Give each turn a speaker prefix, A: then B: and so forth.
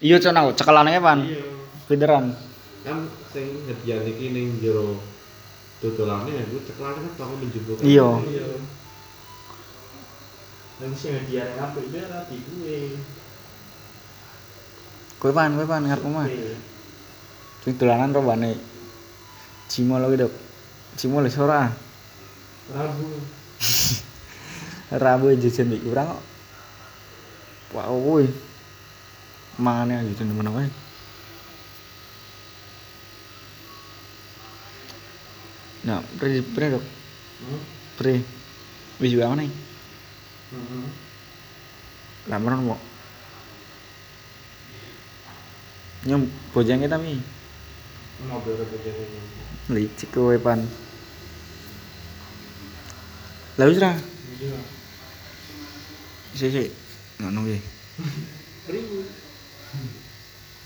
A: Iya cok aku cekelane pan.
B: Iya.
A: Beneran.
B: Kan sing ngedian iki ning jero dodolane ya iku ceklane kan toko menjemput.
A: Iya.
B: Iya.
C: Nang sing dia ngapa iki ora di gue.
A: Kowe pan, kowe pan ngarepmu mah.
C: Gue.
A: Sing dolanan rombane. Cimo lho Dok. Cimo lho ora.
C: Rabu.
A: Rabu jajan iki kurang kok. Wah, woi. Mangane aja jajan meneng wae. Nah, pre pre Dok.
C: Hmm.
A: Pre. Wis juga meneh.
C: Hmm.
A: Lameran kok. Nyem bojang kita mi.
C: Ngobrol ke ini.
A: Licik kowe pan. Lah wis ra.
C: Iya.
A: Sik sik. Ngono iki.
C: Ribu.